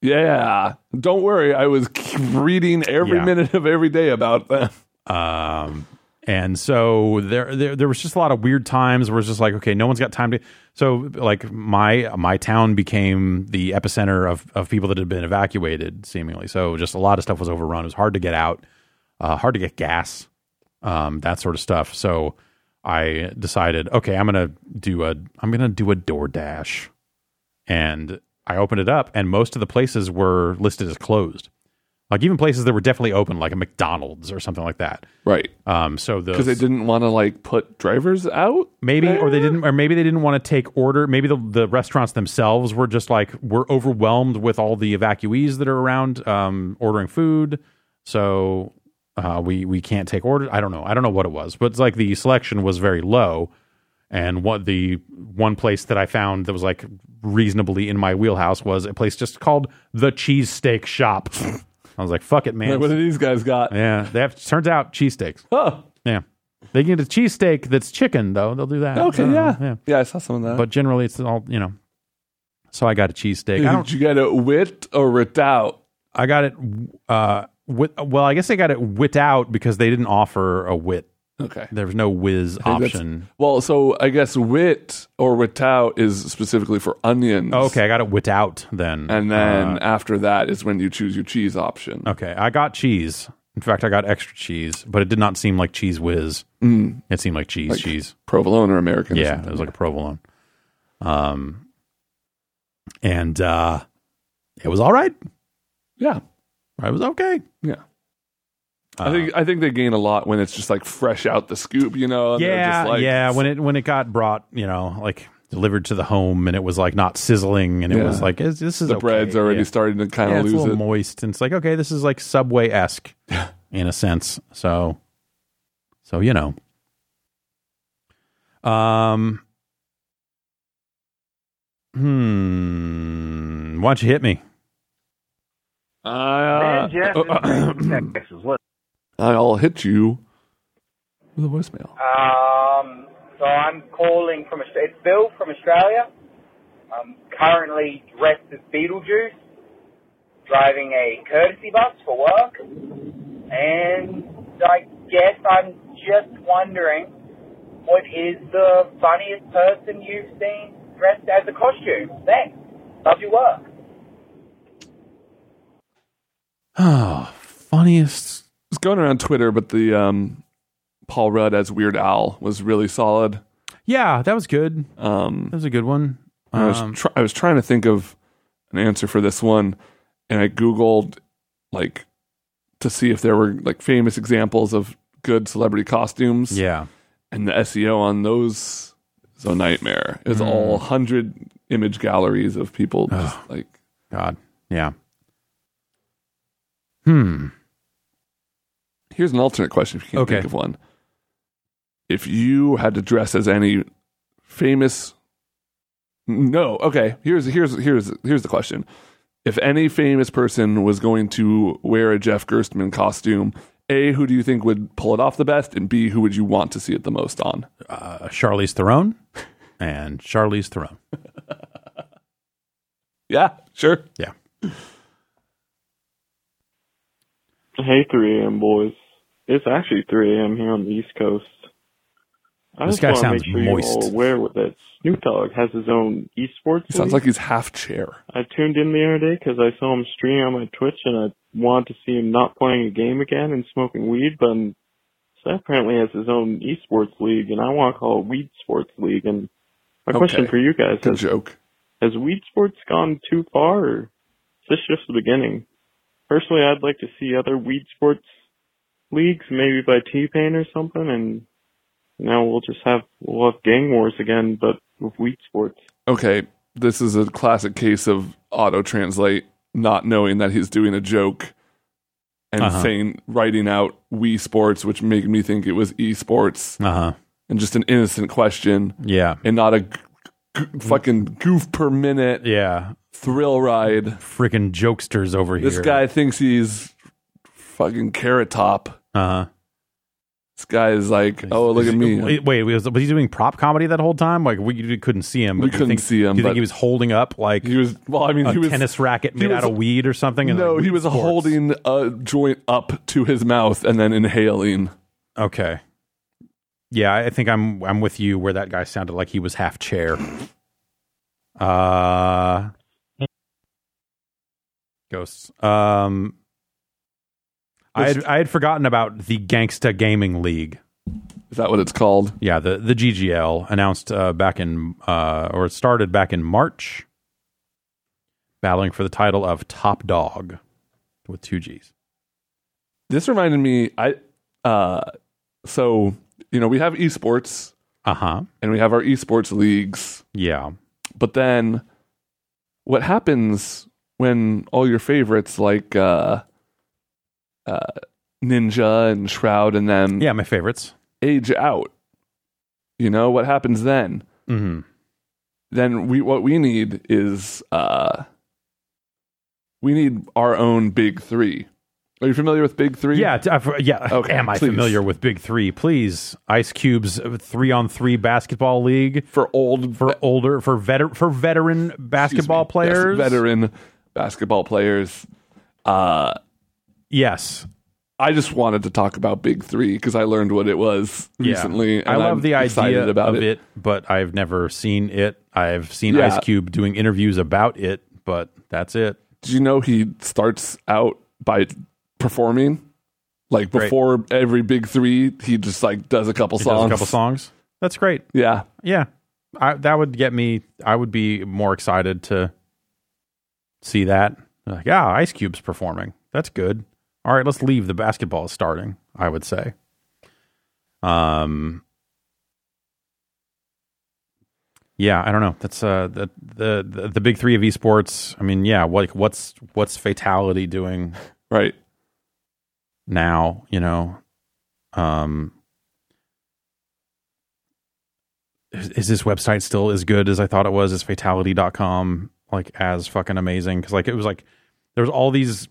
[SPEAKER 2] Yeah. Don't worry. I was reading every
[SPEAKER 1] Yeah.
[SPEAKER 2] minute of every day about them.
[SPEAKER 1] Um, and so there, there there was just a lot of weird times where it's just like okay, no one's got time to. So like my my town became the epicenter of of people that had been evacuated seemingly. So just a lot of stuff was overrun. It was hard to get out, uh, hard to get gas, um, that sort of stuff. So I decided okay, I'm gonna do a I'm gonna do a DoorDash, and I opened it up, and most of the places were listed as closed. Like even places that were definitely open, like a McDonald's or something like that.
[SPEAKER 2] Right.
[SPEAKER 1] Um, so the
[SPEAKER 2] Because they didn't want to like put drivers out.
[SPEAKER 1] maybe or they didn't or maybe they didn't want to take order. Maybe the, the restaurants themselves were just like we're overwhelmed with all the evacuees that are around um, ordering food, so uh, we we can't take orders. I don't know. I don't know what it was, but it's like the selection was very low, And what the one place that I found that was like reasonably in my wheelhouse was a place just called the Cheesesteak Shop. I was like, fuck it, man.
[SPEAKER 2] Like, what do these guys got?
[SPEAKER 1] yeah, they have, turns out cheesesteaks.
[SPEAKER 2] Oh,
[SPEAKER 1] Yeah. They can get a cheesesteak that's chicken, though. They'll do that.
[SPEAKER 2] okay,
[SPEAKER 1] Uh,
[SPEAKER 2] yeah. yeah, I saw some of that.
[SPEAKER 1] But generally, it's all, you know. So I got a cheesesteak. I don't
[SPEAKER 2] did you get it wit or writ out?
[SPEAKER 1] I got it. Uh, wit, well, I guess I got it wit out because they didn't offer a wit.
[SPEAKER 2] Okay.
[SPEAKER 1] There was no whiz
[SPEAKER 2] Hey, that's-
[SPEAKER 1] option.
[SPEAKER 2] Well, so I guess wit or wit out is specifically for onions.
[SPEAKER 1] Oh, Okay, I got it wit out then.
[SPEAKER 2] And then
[SPEAKER 1] Uh,
[SPEAKER 2] after that is when you choose your cheese option.
[SPEAKER 1] okay, I got cheese. In fact, I got extra cheese, but it did not seem like cheese whiz.
[SPEAKER 2] Mm,
[SPEAKER 1] It seemed like cheese
[SPEAKER 2] Like-
[SPEAKER 1] cheese.
[SPEAKER 2] provolone or American? or
[SPEAKER 1] Yeah,
[SPEAKER 2] something.
[SPEAKER 1] it was like a provolone. Um, and uh, it was all right.
[SPEAKER 2] yeah.
[SPEAKER 1] It was okay.
[SPEAKER 2] Yeah.
[SPEAKER 1] Uh,
[SPEAKER 2] I think I think they gain a lot when it's just like fresh out the scoop, you know. and they're
[SPEAKER 1] yeah,
[SPEAKER 2] just like,
[SPEAKER 1] yeah. When it when it got brought, you know, like delivered to the home, and it was like not sizzling, and it
[SPEAKER 2] Yeah.
[SPEAKER 1] was like this this is
[SPEAKER 2] the
[SPEAKER 1] okay.
[SPEAKER 2] bread's already
[SPEAKER 1] yeah.
[SPEAKER 2] starting to kind
[SPEAKER 1] Yeah,
[SPEAKER 2] of
[SPEAKER 1] it's a
[SPEAKER 2] lose
[SPEAKER 1] little
[SPEAKER 2] it.
[SPEAKER 1] moist, and it's like okay, this is like Subway esque in a sense. So, so you know, um, hmm, why don't you hit me?
[SPEAKER 2] Uh,
[SPEAKER 7] Ben Jessen, Jason, Texas. Listen.
[SPEAKER 2] I'll hit you with a voicemail.
[SPEAKER 8] Um, so I'm calling from Aus- it's Bill from Australia. I'm currently dressed as Beetlejuice, driving a courtesy bus for work, and I guess I'm just wondering what is the funniest person you've seen dressed as a costume? Thanks. Love your work.
[SPEAKER 1] Oh, funniest.
[SPEAKER 2] It's going around Twitter, but the um, Paul Rudd as Weird Al was really solid.
[SPEAKER 1] Yeah, that was good.
[SPEAKER 2] Um,
[SPEAKER 1] That was a good one.
[SPEAKER 2] I was
[SPEAKER 1] Um,
[SPEAKER 2] tr- I was trying to think of an answer for this one, and I googled like to see if there were like famous examples of good celebrity costumes.
[SPEAKER 1] yeah.
[SPEAKER 2] and the SEO on those is a nightmare. It's
[SPEAKER 1] Mm.
[SPEAKER 2] all hundred image galleries of people just like
[SPEAKER 1] God. Yeah. Hmm.
[SPEAKER 2] here's an alternate question if you can
[SPEAKER 1] Okay.
[SPEAKER 2] think of one. If you had to dress as any famous No, okay. Here's here's here's here's the question. If any famous person was going to wear a Jeff Gerstmann costume, A, who do you think would pull it off the best? And B, who would you want to see it the most on?
[SPEAKER 1] Uh, Charlize Theron and Charlize Theron.
[SPEAKER 2] Yeah, sure.
[SPEAKER 6] Hey, 3 a.m. boys. It's actually 3 a.m. here on the East Coast. I
[SPEAKER 1] This
[SPEAKER 6] just
[SPEAKER 1] guy
[SPEAKER 6] wanna
[SPEAKER 1] sounds
[SPEAKER 6] make sure you're all
[SPEAKER 1] moist.
[SPEAKER 6] aware with it. Snoop Dogg has his own esports.
[SPEAKER 2] He sounds
[SPEAKER 6] league.
[SPEAKER 2] like he's half chair.
[SPEAKER 6] I tuned in the other day because I saw him streaming on my Twitch, and I wanted to see him not playing a game again and smoking weed. But um, so apparently has his own esports league, and I want to call it Weed Sports League. And my question
[SPEAKER 2] Okay.
[SPEAKER 6] for you guys
[SPEAKER 2] Good
[SPEAKER 6] is:
[SPEAKER 2] joke.
[SPEAKER 6] Has weed sports gone too far, or is this just the beginning? Personally, I'd like to see other weed sports leagues, maybe by T-Pain or something, and now we'll just have we'll have gang wars again, but with weed sports.
[SPEAKER 2] okay, this is a classic case of auto translate, not knowing that he's doing a joke and
[SPEAKER 1] Uh-huh.
[SPEAKER 2] saying, writing out Wii Sports, which made me think it was esports,
[SPEAKER 1] Uh huh.
[SPEAKER 2] and just an innocent question
[SPEAKER 1] Yeah.
[SPEAKER 2] and not a g- g- fucking goof per minute
[SPEAKER 1] Yeah.
[SPEAKER 2] thrill ride.
[SPEAKER 1] Freaking jokesters over here.
[SPEAKER 2] This guy thinks he's fucking carrot top.
[SPEAKER 1] Uh
[SPEAKER 2] This guy is like,
[SPEAKER 1] huh.
[SPEAKER 2] oh, look at me.
[SPEAKER 1] Wait, wait, was, was he doing prop comedy that whole time? Like we you couldn't see him. but
[SPEAKER 2] We
[SPEAKER 1] do you
[SPEAKER 2] couldn't
[SPEAKER 1] think-
[SPEAKER 2] see him,
[SPEAKER 1] Do you think
[SPEAKER 2] but-
[SPEAKER 1] he was holding up like
[SPEAKER 2] He was, well, I mean,
[SPEAKER 1] a
[SPEAKER 2] he was.
[SPEAKER 1] tennis racket
[SPEAKER 2] he
[SPEAKER 1] made
[SPEAKER 2] was-
[SPEAKER 1] out of weed or something? and,
[SPEAKER 2] No,
[SPEAKER 1] like,
[SPEAKER 2] he was
[SPEAKER 1] sports?
[SPEAKER 2] holding a joint up to his mouth and then inhaling.
[SPEAKER 1] Okay. Yeah, I think I'm I'm with you where that guy sounded like he was half chair. Uh ghosts. Um I had, I had forgotten about the Gangsta Gaming League.
[SPEAKER 2] Is that what it's called?
[SPEAKER 1] Yeah, the, the GGL announced uh, back in uh, or it started back in March, battling for the title of top dog with two G's.
[SPEAKER 2] This reminded me. I uh, so you know we have esports
[SPEAKER 1] Uh huh.
[SPEAKER 2] and we have our esports leagues,
[SPEAKER 1] Yeah.
[SPEAKER 2] but then what happens when all your favorites like uh, uh, Ninja and Shroud and them
[SPEAKER 1] Yeah, my favorites.
[SPEAKER 2] age out? You know what happens then?
[SPEAKER 1] Mhm.
[SPEAKER 2] Then we what we need is uh, we need our own big three. Are you familiar with big three?
[SPEAKER 1] Yeah, t- I f- yeah.
[SPEAKER 2] Okay,
[SPEAKER 1] Am I
[SPEAKER 2] please.
[SPEAKER 1] familiar with Big Three? Please, Ice Cube's three on three basketball league
[SPEAKER 2] for old
[SPEAKER 1] for older for veteran for veteran basketball
[SPEAKER 2] yes,
[SPEAKER 1] players.
[SPEAKER 2] veteran basketball players. Uh,
[SPEAKER 1] Yes,
[SPEAKER 2] I just wanted to talk about Big Three because I learned what it was
[SPEAKER 1] Yeah.
[SPEAKER 2] recently. and
[SPEAKER 1] I love
[SPEAKER 2] I'm
[SPEAKER 1] the
[SPEAKER 2] excited
[SPEAKER 1] idea
[SPEAKER 2] about
[SPEAKER 1] of it. but I've never seen it. I've seen
[SPEAKER 2] Yeah.
[SPEAKER 1] Ice Cube doing interviews about it, but that's it.
[SPEAKER 2] Did you know he starts out by performing? Like
[SPEAKER 1] Right.
[SPEAKER 2] before every Big Three, he just like does a couple
[SPEAKER 1] He does
[SPEAKER 2] songs.
[SPEAKER 1] a couple songs. That's great.
[SPEAKER 2] Yeah,
[SPEAKER 1] Yeah, I, that would get me. I would be more excited to see that. Like, yeah, Ice Cube's performing. That's good. All right, let's leave. The basketball is starting. I would say. Um. Yeah, I don't know. That's uh the the the, the big three of esports. I mean, yeah, like what's what's fatality doing
[SPEAKER 2] right.
[SPEAKER 1] now? You know, um, is, is this website still as good as I thought it was? Is fatality.com like as fucking amazing? Cause like it was like there was all these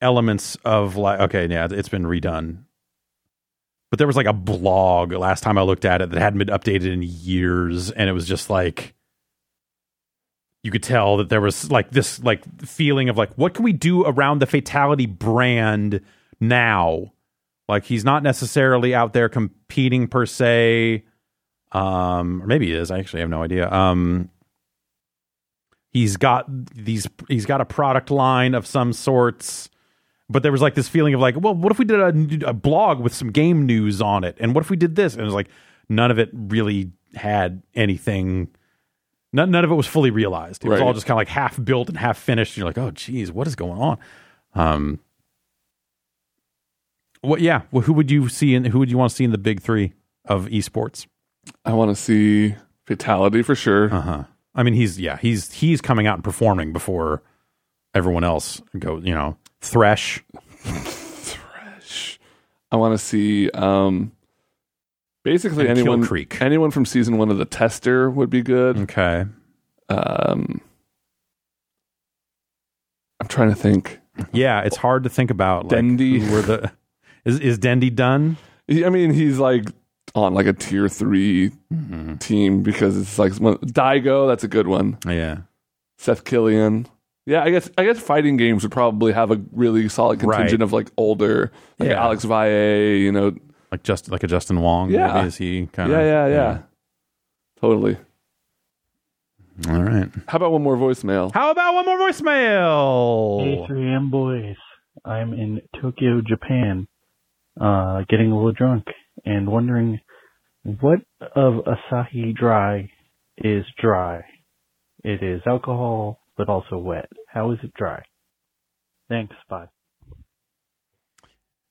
[SPEAKER 1] elements of like, okay, yeah, it's been redone. But there was like a blog last time I looked at it that hadn't been updated in years. And it was just like, you could tell that there was like this like feeling of like, what can we do around the fatality brand now? Like he's not necessarily out there competing per se um or maybe he is i actually have no idea um he's got these he's got a product line of some sorts but there was like this feeling of like well what if we did a, a blog with some game news on it and what if we did this and it was like none of it really had anything none, none of it was fully realized it was
[SPEAKER 2] Right.
[SPEAKER 1] all just kind of like half built and half finished you're like oh geez what is going on um what yeah well, who would you see in who would you want to see in the big three of esports
[SPEAKER 2] I want to see Fatality for sure.
[SPEAKER 1] uh huh. I mean, he's yeah, he's he's coming out and performing before everyone else go. You know, Thresh.
[SPEAKER 2] I want to see um, basically
[SPEAKER 1] And Kill
[SPEAKER 2] anyone
[SPEAKER 1] Creek.
[SPEAKER 2] anyone from season one of the Tester would be good.
[SPEAKER 1] Okay.
[SPEAKER 2] Um, I'm trying to think.
[SPEAKER 1] Yeah, it's hard to think about. Like,
[SPEAKER 2] Dendy.
[SPEAKER 1] who were the is is Dendy done?
[SPEAKER 2] He, I mean, he's like on like a tier 3
[SPEAKER 1] Mm-hmm.
[SPEAKER 2] team because it's like one- Daigo. That's a good one.
[SPEAKER 1] Yeah.
[SPEAKER 2] Seth Killian. Yeah, I guess I guess fighting games would probably have a really solid contingent
[SPEAKER 1] Right.
[SPEAKER 2] of like older, like
[SPEAKER 1] Yeah. Uh-huh.
[SPEAKER 2] Alex Valle. You know,
[SPEAKER 1] Like just like a Justin Wong.
[SPEAKER 2] Yeah.
[SPEAKER 1] Maybe is he kind of?
[SPEAKER 2] yeah, yeah, yeah, totally.
[SPEAKER 1] All right.
[SPEAKER 2] How about one more voicemail?
[SPEAKER 1] How about one more voicemail?
[SPEAKER 9] Hey, 3M boys. I'm in Tokyo, Japan, uh, getting a little drunk and wondering what of Asahi Dry is dry. It is alcohol, but also wet. How is it dry? Thanks. Bye.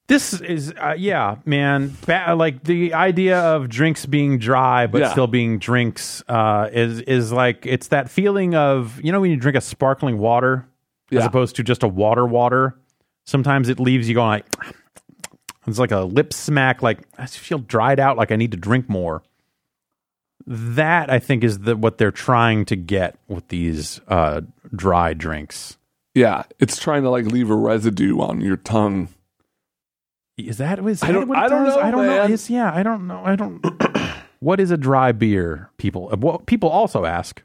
[SPEAKER 1] This is uh, yeah, man. Ba- like the idea of drinks being dry but
[SPEAKER 2] Yeah.
[SPEAKER 1] still being drinks uh, is is like it's that feeling of you know when you drink a sparkling water as
[SPEAKER 2] Yeah.
[SPEAKER 1] opposed to just a water water. Sometimes it leaves you going like it's like a lip smack. Like I just feel dried out. Like I need to drink more. That I think is the what they're trying to get with these uh, dry drinks.
[SPEAKER 2] Yeah, it's trying to like leave a residue on your tongue.
[SPEAKER 1] Is that, is
[SPEAKER 2] I
[SPEAKER 1] that
[SPEAKER 2] don't-
[SPEAKER 1] what it
[SPEAKER 2] I don't
[SPEAKER 1] does?
[SPEAKER 2] know,
[SPEAKER 1] I don't
[SPEAKER 2] man.
[SPEAKER 1] know. It's, yeah, I don't know. I don't. what is a dry beer? People. uh, Well, people also ask,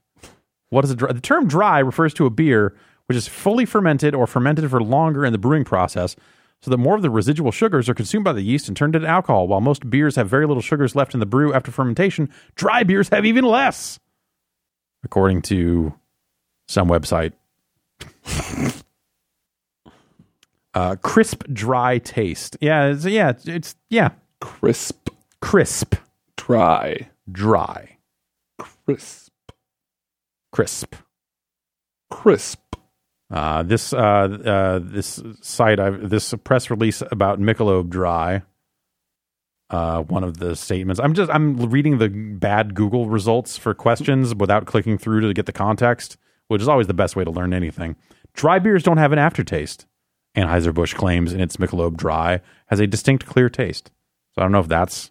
[SPEAKER 1] what is a dry? The term dry refers to a beer which is fully fermented or fermented for longer in the brewing process, so that more of the residual sugars are consumed by the yeast and turned into alcohol. While most beers have very little sugars left in the brew after fermentation, dry beers have even less, according to some website. Uh, crisp, dry taste. Yeah, it's, yeah, it's- it's yeah,
[SPEAKER 2] Crisp,
[SPEAKER 1] crisp,
[SPEAKER 2] dry,
[SPEAKER 1] dry,
[SPEAKER 2] crisp,
[SPEAKER 1] crisp.
[SPEAKER 2] crisp.
[SPEAKER 1] Uh, this uh, uh, this site, I've, this press release about Michelob Dry. Uh, one of the statements. I'm just I'm reading the bad Google results for questions without clicking through to get the context, which is always the best way to learn anything. Dry beers don't have an aftertaste. Anheuser Busch claims in its Michelob Dry has a distinct clear taste. So I don't know if that's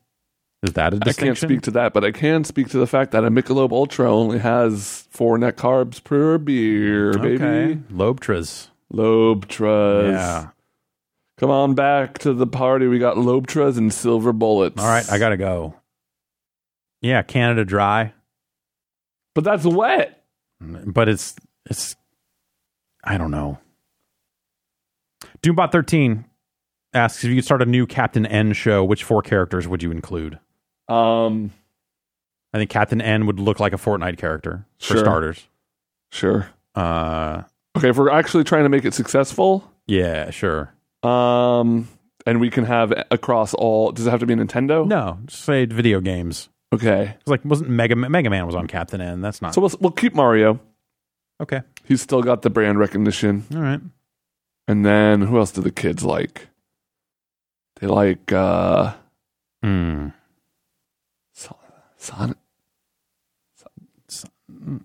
[SPEAKER 1] Is that a
[SPEAKER 2] I can't
[SPEAKER 1] distinction?
[SPEAKER 2] speak to that, but I can speak to the fact that a Michelob Ultra only has four net carbs per beer,
[SPEAKER 1] Mm, Okay.
[SPEAKER 2] baby.
[SPEAKER 1] Lobtras.
[SPEAKER 2] Lobtras.
[SPEAKER 1] Yeah.
[SPEAKER 2] Come on back to the party. We got Lobtras and Silver Bullets.
[SPEAKER 1] All right, I gotta go. Yeah, Canada Dry,
[SPEAKER 2] But that's wet.
[SPEAKER 1] but it's it's I don't know. Doombot thirteen asks if you could start a new Captain N show. Which four characters would you include?
[SPEAKER 2] Um,
[SPEAKER 1] I think Captain N would look like a Fortnite character for
[SPEAKER 2] Sure.
[SPEAKER 1] starters.
[SPEAKER 2] sure.
[SPEAKER 1] Uh,
[SPEAKER 2] Okay, if we're actually trying to make it successful,
[SPEAKER 1] yeah, sure.
[SPEAKER 2] um, and we can have across all. Does it have to be Nintendo?
[SPEAKER 1] No, just say video games.
[SPEAKER 2] Okay.
[SPEAKER 1] 'Cause, Like, wasn't Mega Man, Mega Man was on Captain N? That's not
[SPEAKER 2] So we'll, we'll keep Mario.
[SPEAKER 1] okay.
[SPEAKER 2] He's still got the brand recognition.
[SPEAKER 1] All right.
[SPEAKER 2] And then who else do the kids like? They like uh
[SPEAKER 1] Hmm.
[SPEAKER 2] Son- Sonic
[SPEAKER 1] You,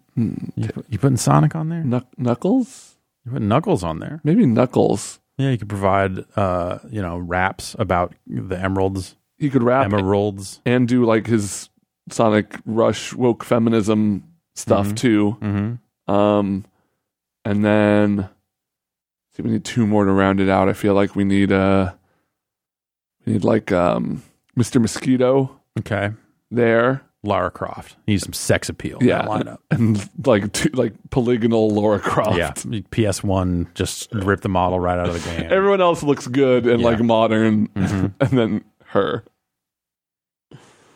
[SPEAKER 1] put- you putting Sonic on there?
[SPEAKER 2] Knuck- Knuckles?
[SPEAKER 1] You putting Knuckles on there?
[SPEAKER 2] Maybe Knuckles.
[SPEAKER 1] Yeah, you could provide uh, you know, raps about the emeralds,
[SPEAKER 2] He could rap
[SPEAKER 1] emeralds.
[SPEAKER 2] and do like his Sonic Rush woke feminism stuff
[SPEAKER 1] Mhm.
[SPEAKER 2] too.
[SPEAKER 1] Mm-hmm.
[SPEAKER 2] Um and then see we need two more to round it out. I feel like we need uh we need like um Mr. Mosquito
[SPEAKER 1] Okay.
[SPEAKER 2] there.
[SPEAKER 1] Lara Croft. Need some sex appeal. in
[SPEAKER 2] Yeah.
[SPEAKER 1] That lineup.
[SPEAKER 2] And like two, like polygonal Laura Croft.
[SPEAKER 1] Yeah. PS1 just ripped the model right out of the game.
[SPEAKER 2] Everyone else looks good and
[SPEAKER 1] Yeah.
[SPEAKER 2] like modern,
[SPEAKER 1] Mhm.
[SPEAKER 2] and then her.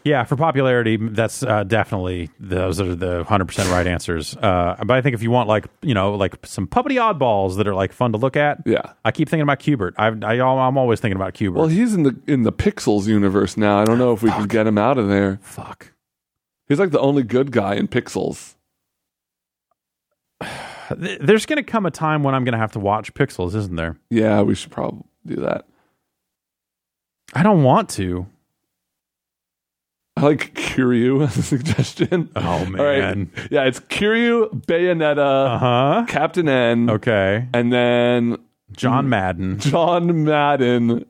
[SPEAKER 1] Yeah, for popularity, that's uh, definitely those are the hundred percent right answers. Uh, but I think if you want like you know like some puppety oddballs that are like fun to look at,
[SPEAKER 2] Yeah.
[SPEAKER 1] I keep thinking about Cubert. I, I I'm always thinking about Cubert.
[SPEAKER 2] Well, he's in the in the Pixels universe now. I don't know if we can get him out of there.
[SPEAKER 1] fuck.
[SPEAKER 2] He's like the only good guy in Pixels.
[SPEAKER 1] Th- There's gonna come a time when I'm gonna have to watch Pixels, isn't there?
[SPEAKER 2] Yeah, we should probably do that.
[SPEAKER 1] I don't want to.
[SPEAKER 2] I like Kiryu as a suggestion.
[SPEAKER 1] Oh,
[SPEAKER 2] All right.
[SPEAKER 1] man.
[SPEAKER 2] Yeah, it's Kiryu, Bayonetta,
[SPEAKER 1] Uh huh.
[SPEAKER 2] Captain N,
[SPEAKER 1] Okay.
[SPEAKER 2] and then
[SPEAKER 1] John Madden.
[SPEAKER 2] Mm-hmm. John Madden.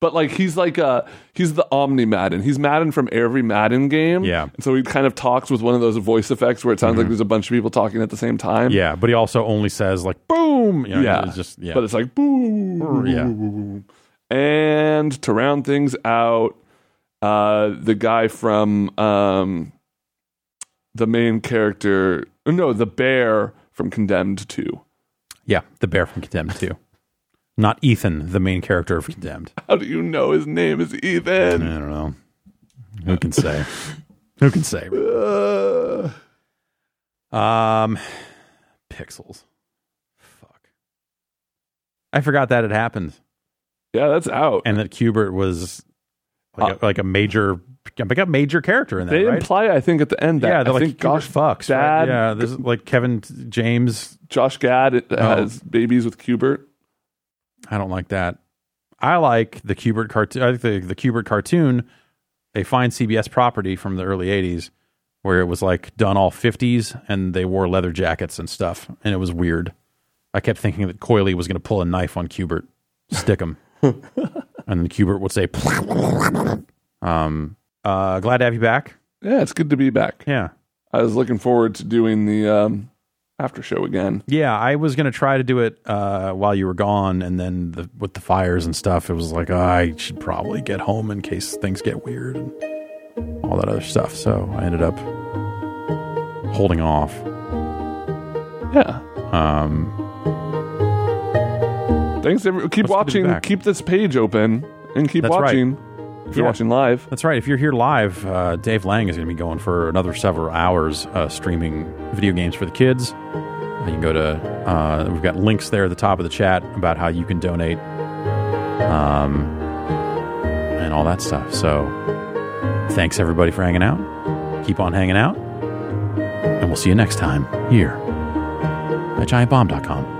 [SPEAKER 2] But like he's like uh he's the Omni Madden. He's Madden from every Madden game.
[SPEAKER 1] Yeah. Mm-hmm.
[SPEAKER 2] And so he kind of talks with one of those voice effects where it sounds like there's a bunch of people talking at the same time.
[SPEAKER 1] Yeah, but he also only says like boom. You know,
[SPEAKER 2] Yeah.
[SPEAKER 1] It's just yeah.
[SPEAKER 2] But it's like boom. Yeah. And to round things out, uh the guy from um the main character no, the bear from Condemned 2.
[SPEAKER 1] yeah, the bear from Condemned too. Not Ethan, the main character of Condemned.
[SPEAKER 2] How do you know his name is Ethan?
[SPEAKER 1] I don't know. Who can say? Who can say?
[SPEAKER 2] Uh,
[SPEAKER 1] Um, pixels. Fuck. I forgot that had happened,
[SPEAKER 2] yeah, that's out.
[SPEAKER 1] and that Cubert was like, a, like a major, like a major character in that.
[SPEAKER 2] Uh, They
[SPEAKER 1] right?
[SPEAKER 2] imply, I think, at the end that
[SPEAKER 1] yeah, they're
[SPEAKER 2] I
[SPEAKER 1] like
[SPEAKER 2] think
[SPEAKER 1] Cubert
[SPEAKER 2] Josh,
[SPEAKER 1] fucks. Right?
[SPEAKER 2] Dad-
[SPEAKER 1] Yeah, Oh. this is like Kevin t- James.
[SPEAKER 2] Josh Gad has babies with Cubert.
[SPEAKER 1] I don't like that. I like the Cubert cartoon. I like the the Cubert cartoon. They find CBS property from the early '80s, where it was like done all '50s, and they wore leather jackets and stuff, and it was weird. I kept thinking that Coily was going to pull a knife on Cubert, stick him, and then Cubert would say, "Um, uh, glad to have you back."
[SPEAKER 2] Yeah, it's good to be back.
[SPEAKER 1] Yeah,
[SPEAKER 2] I was looking forward to doing the um, after show again.
[SPEAKER 1] yeah. I was going to try to do it uh, while you were gone, and then the, with the fires and stuff, it was like "Oh, I should probably get home in case things get weird and all that other stuff. So I ended up holding off.
[SPEAKER 2] Yeah.
[SPEAKER 1] Um,
[SPEAKER 2] Thanks. Every-
[SPEAKER 1] Let's
[SPEAKER 2] keep
[SPEAKER 1] do
[SPEAKER 2] watching.
[SPEAKER 1] that.
[SPEAKER 2] Keep this page open and keep
[SPEAKER 1] That's right.
[SPEAKER 2] watching. If you're
[SPEAKER 1] Yeah.
[SPEAKER 2] watching live,
[SPEAKER 1] that's right. If you're here live, uh, Dave Lang is going to be going for another several hours uh, streaming video games for the kids. Uh, You can go to, uh, we've got links there at the top of the chat about how you can donate um, and all that stuff. So thanks everybody for hanging out. Keep on hanging out. And we'll see you next time here at giantbomb.com.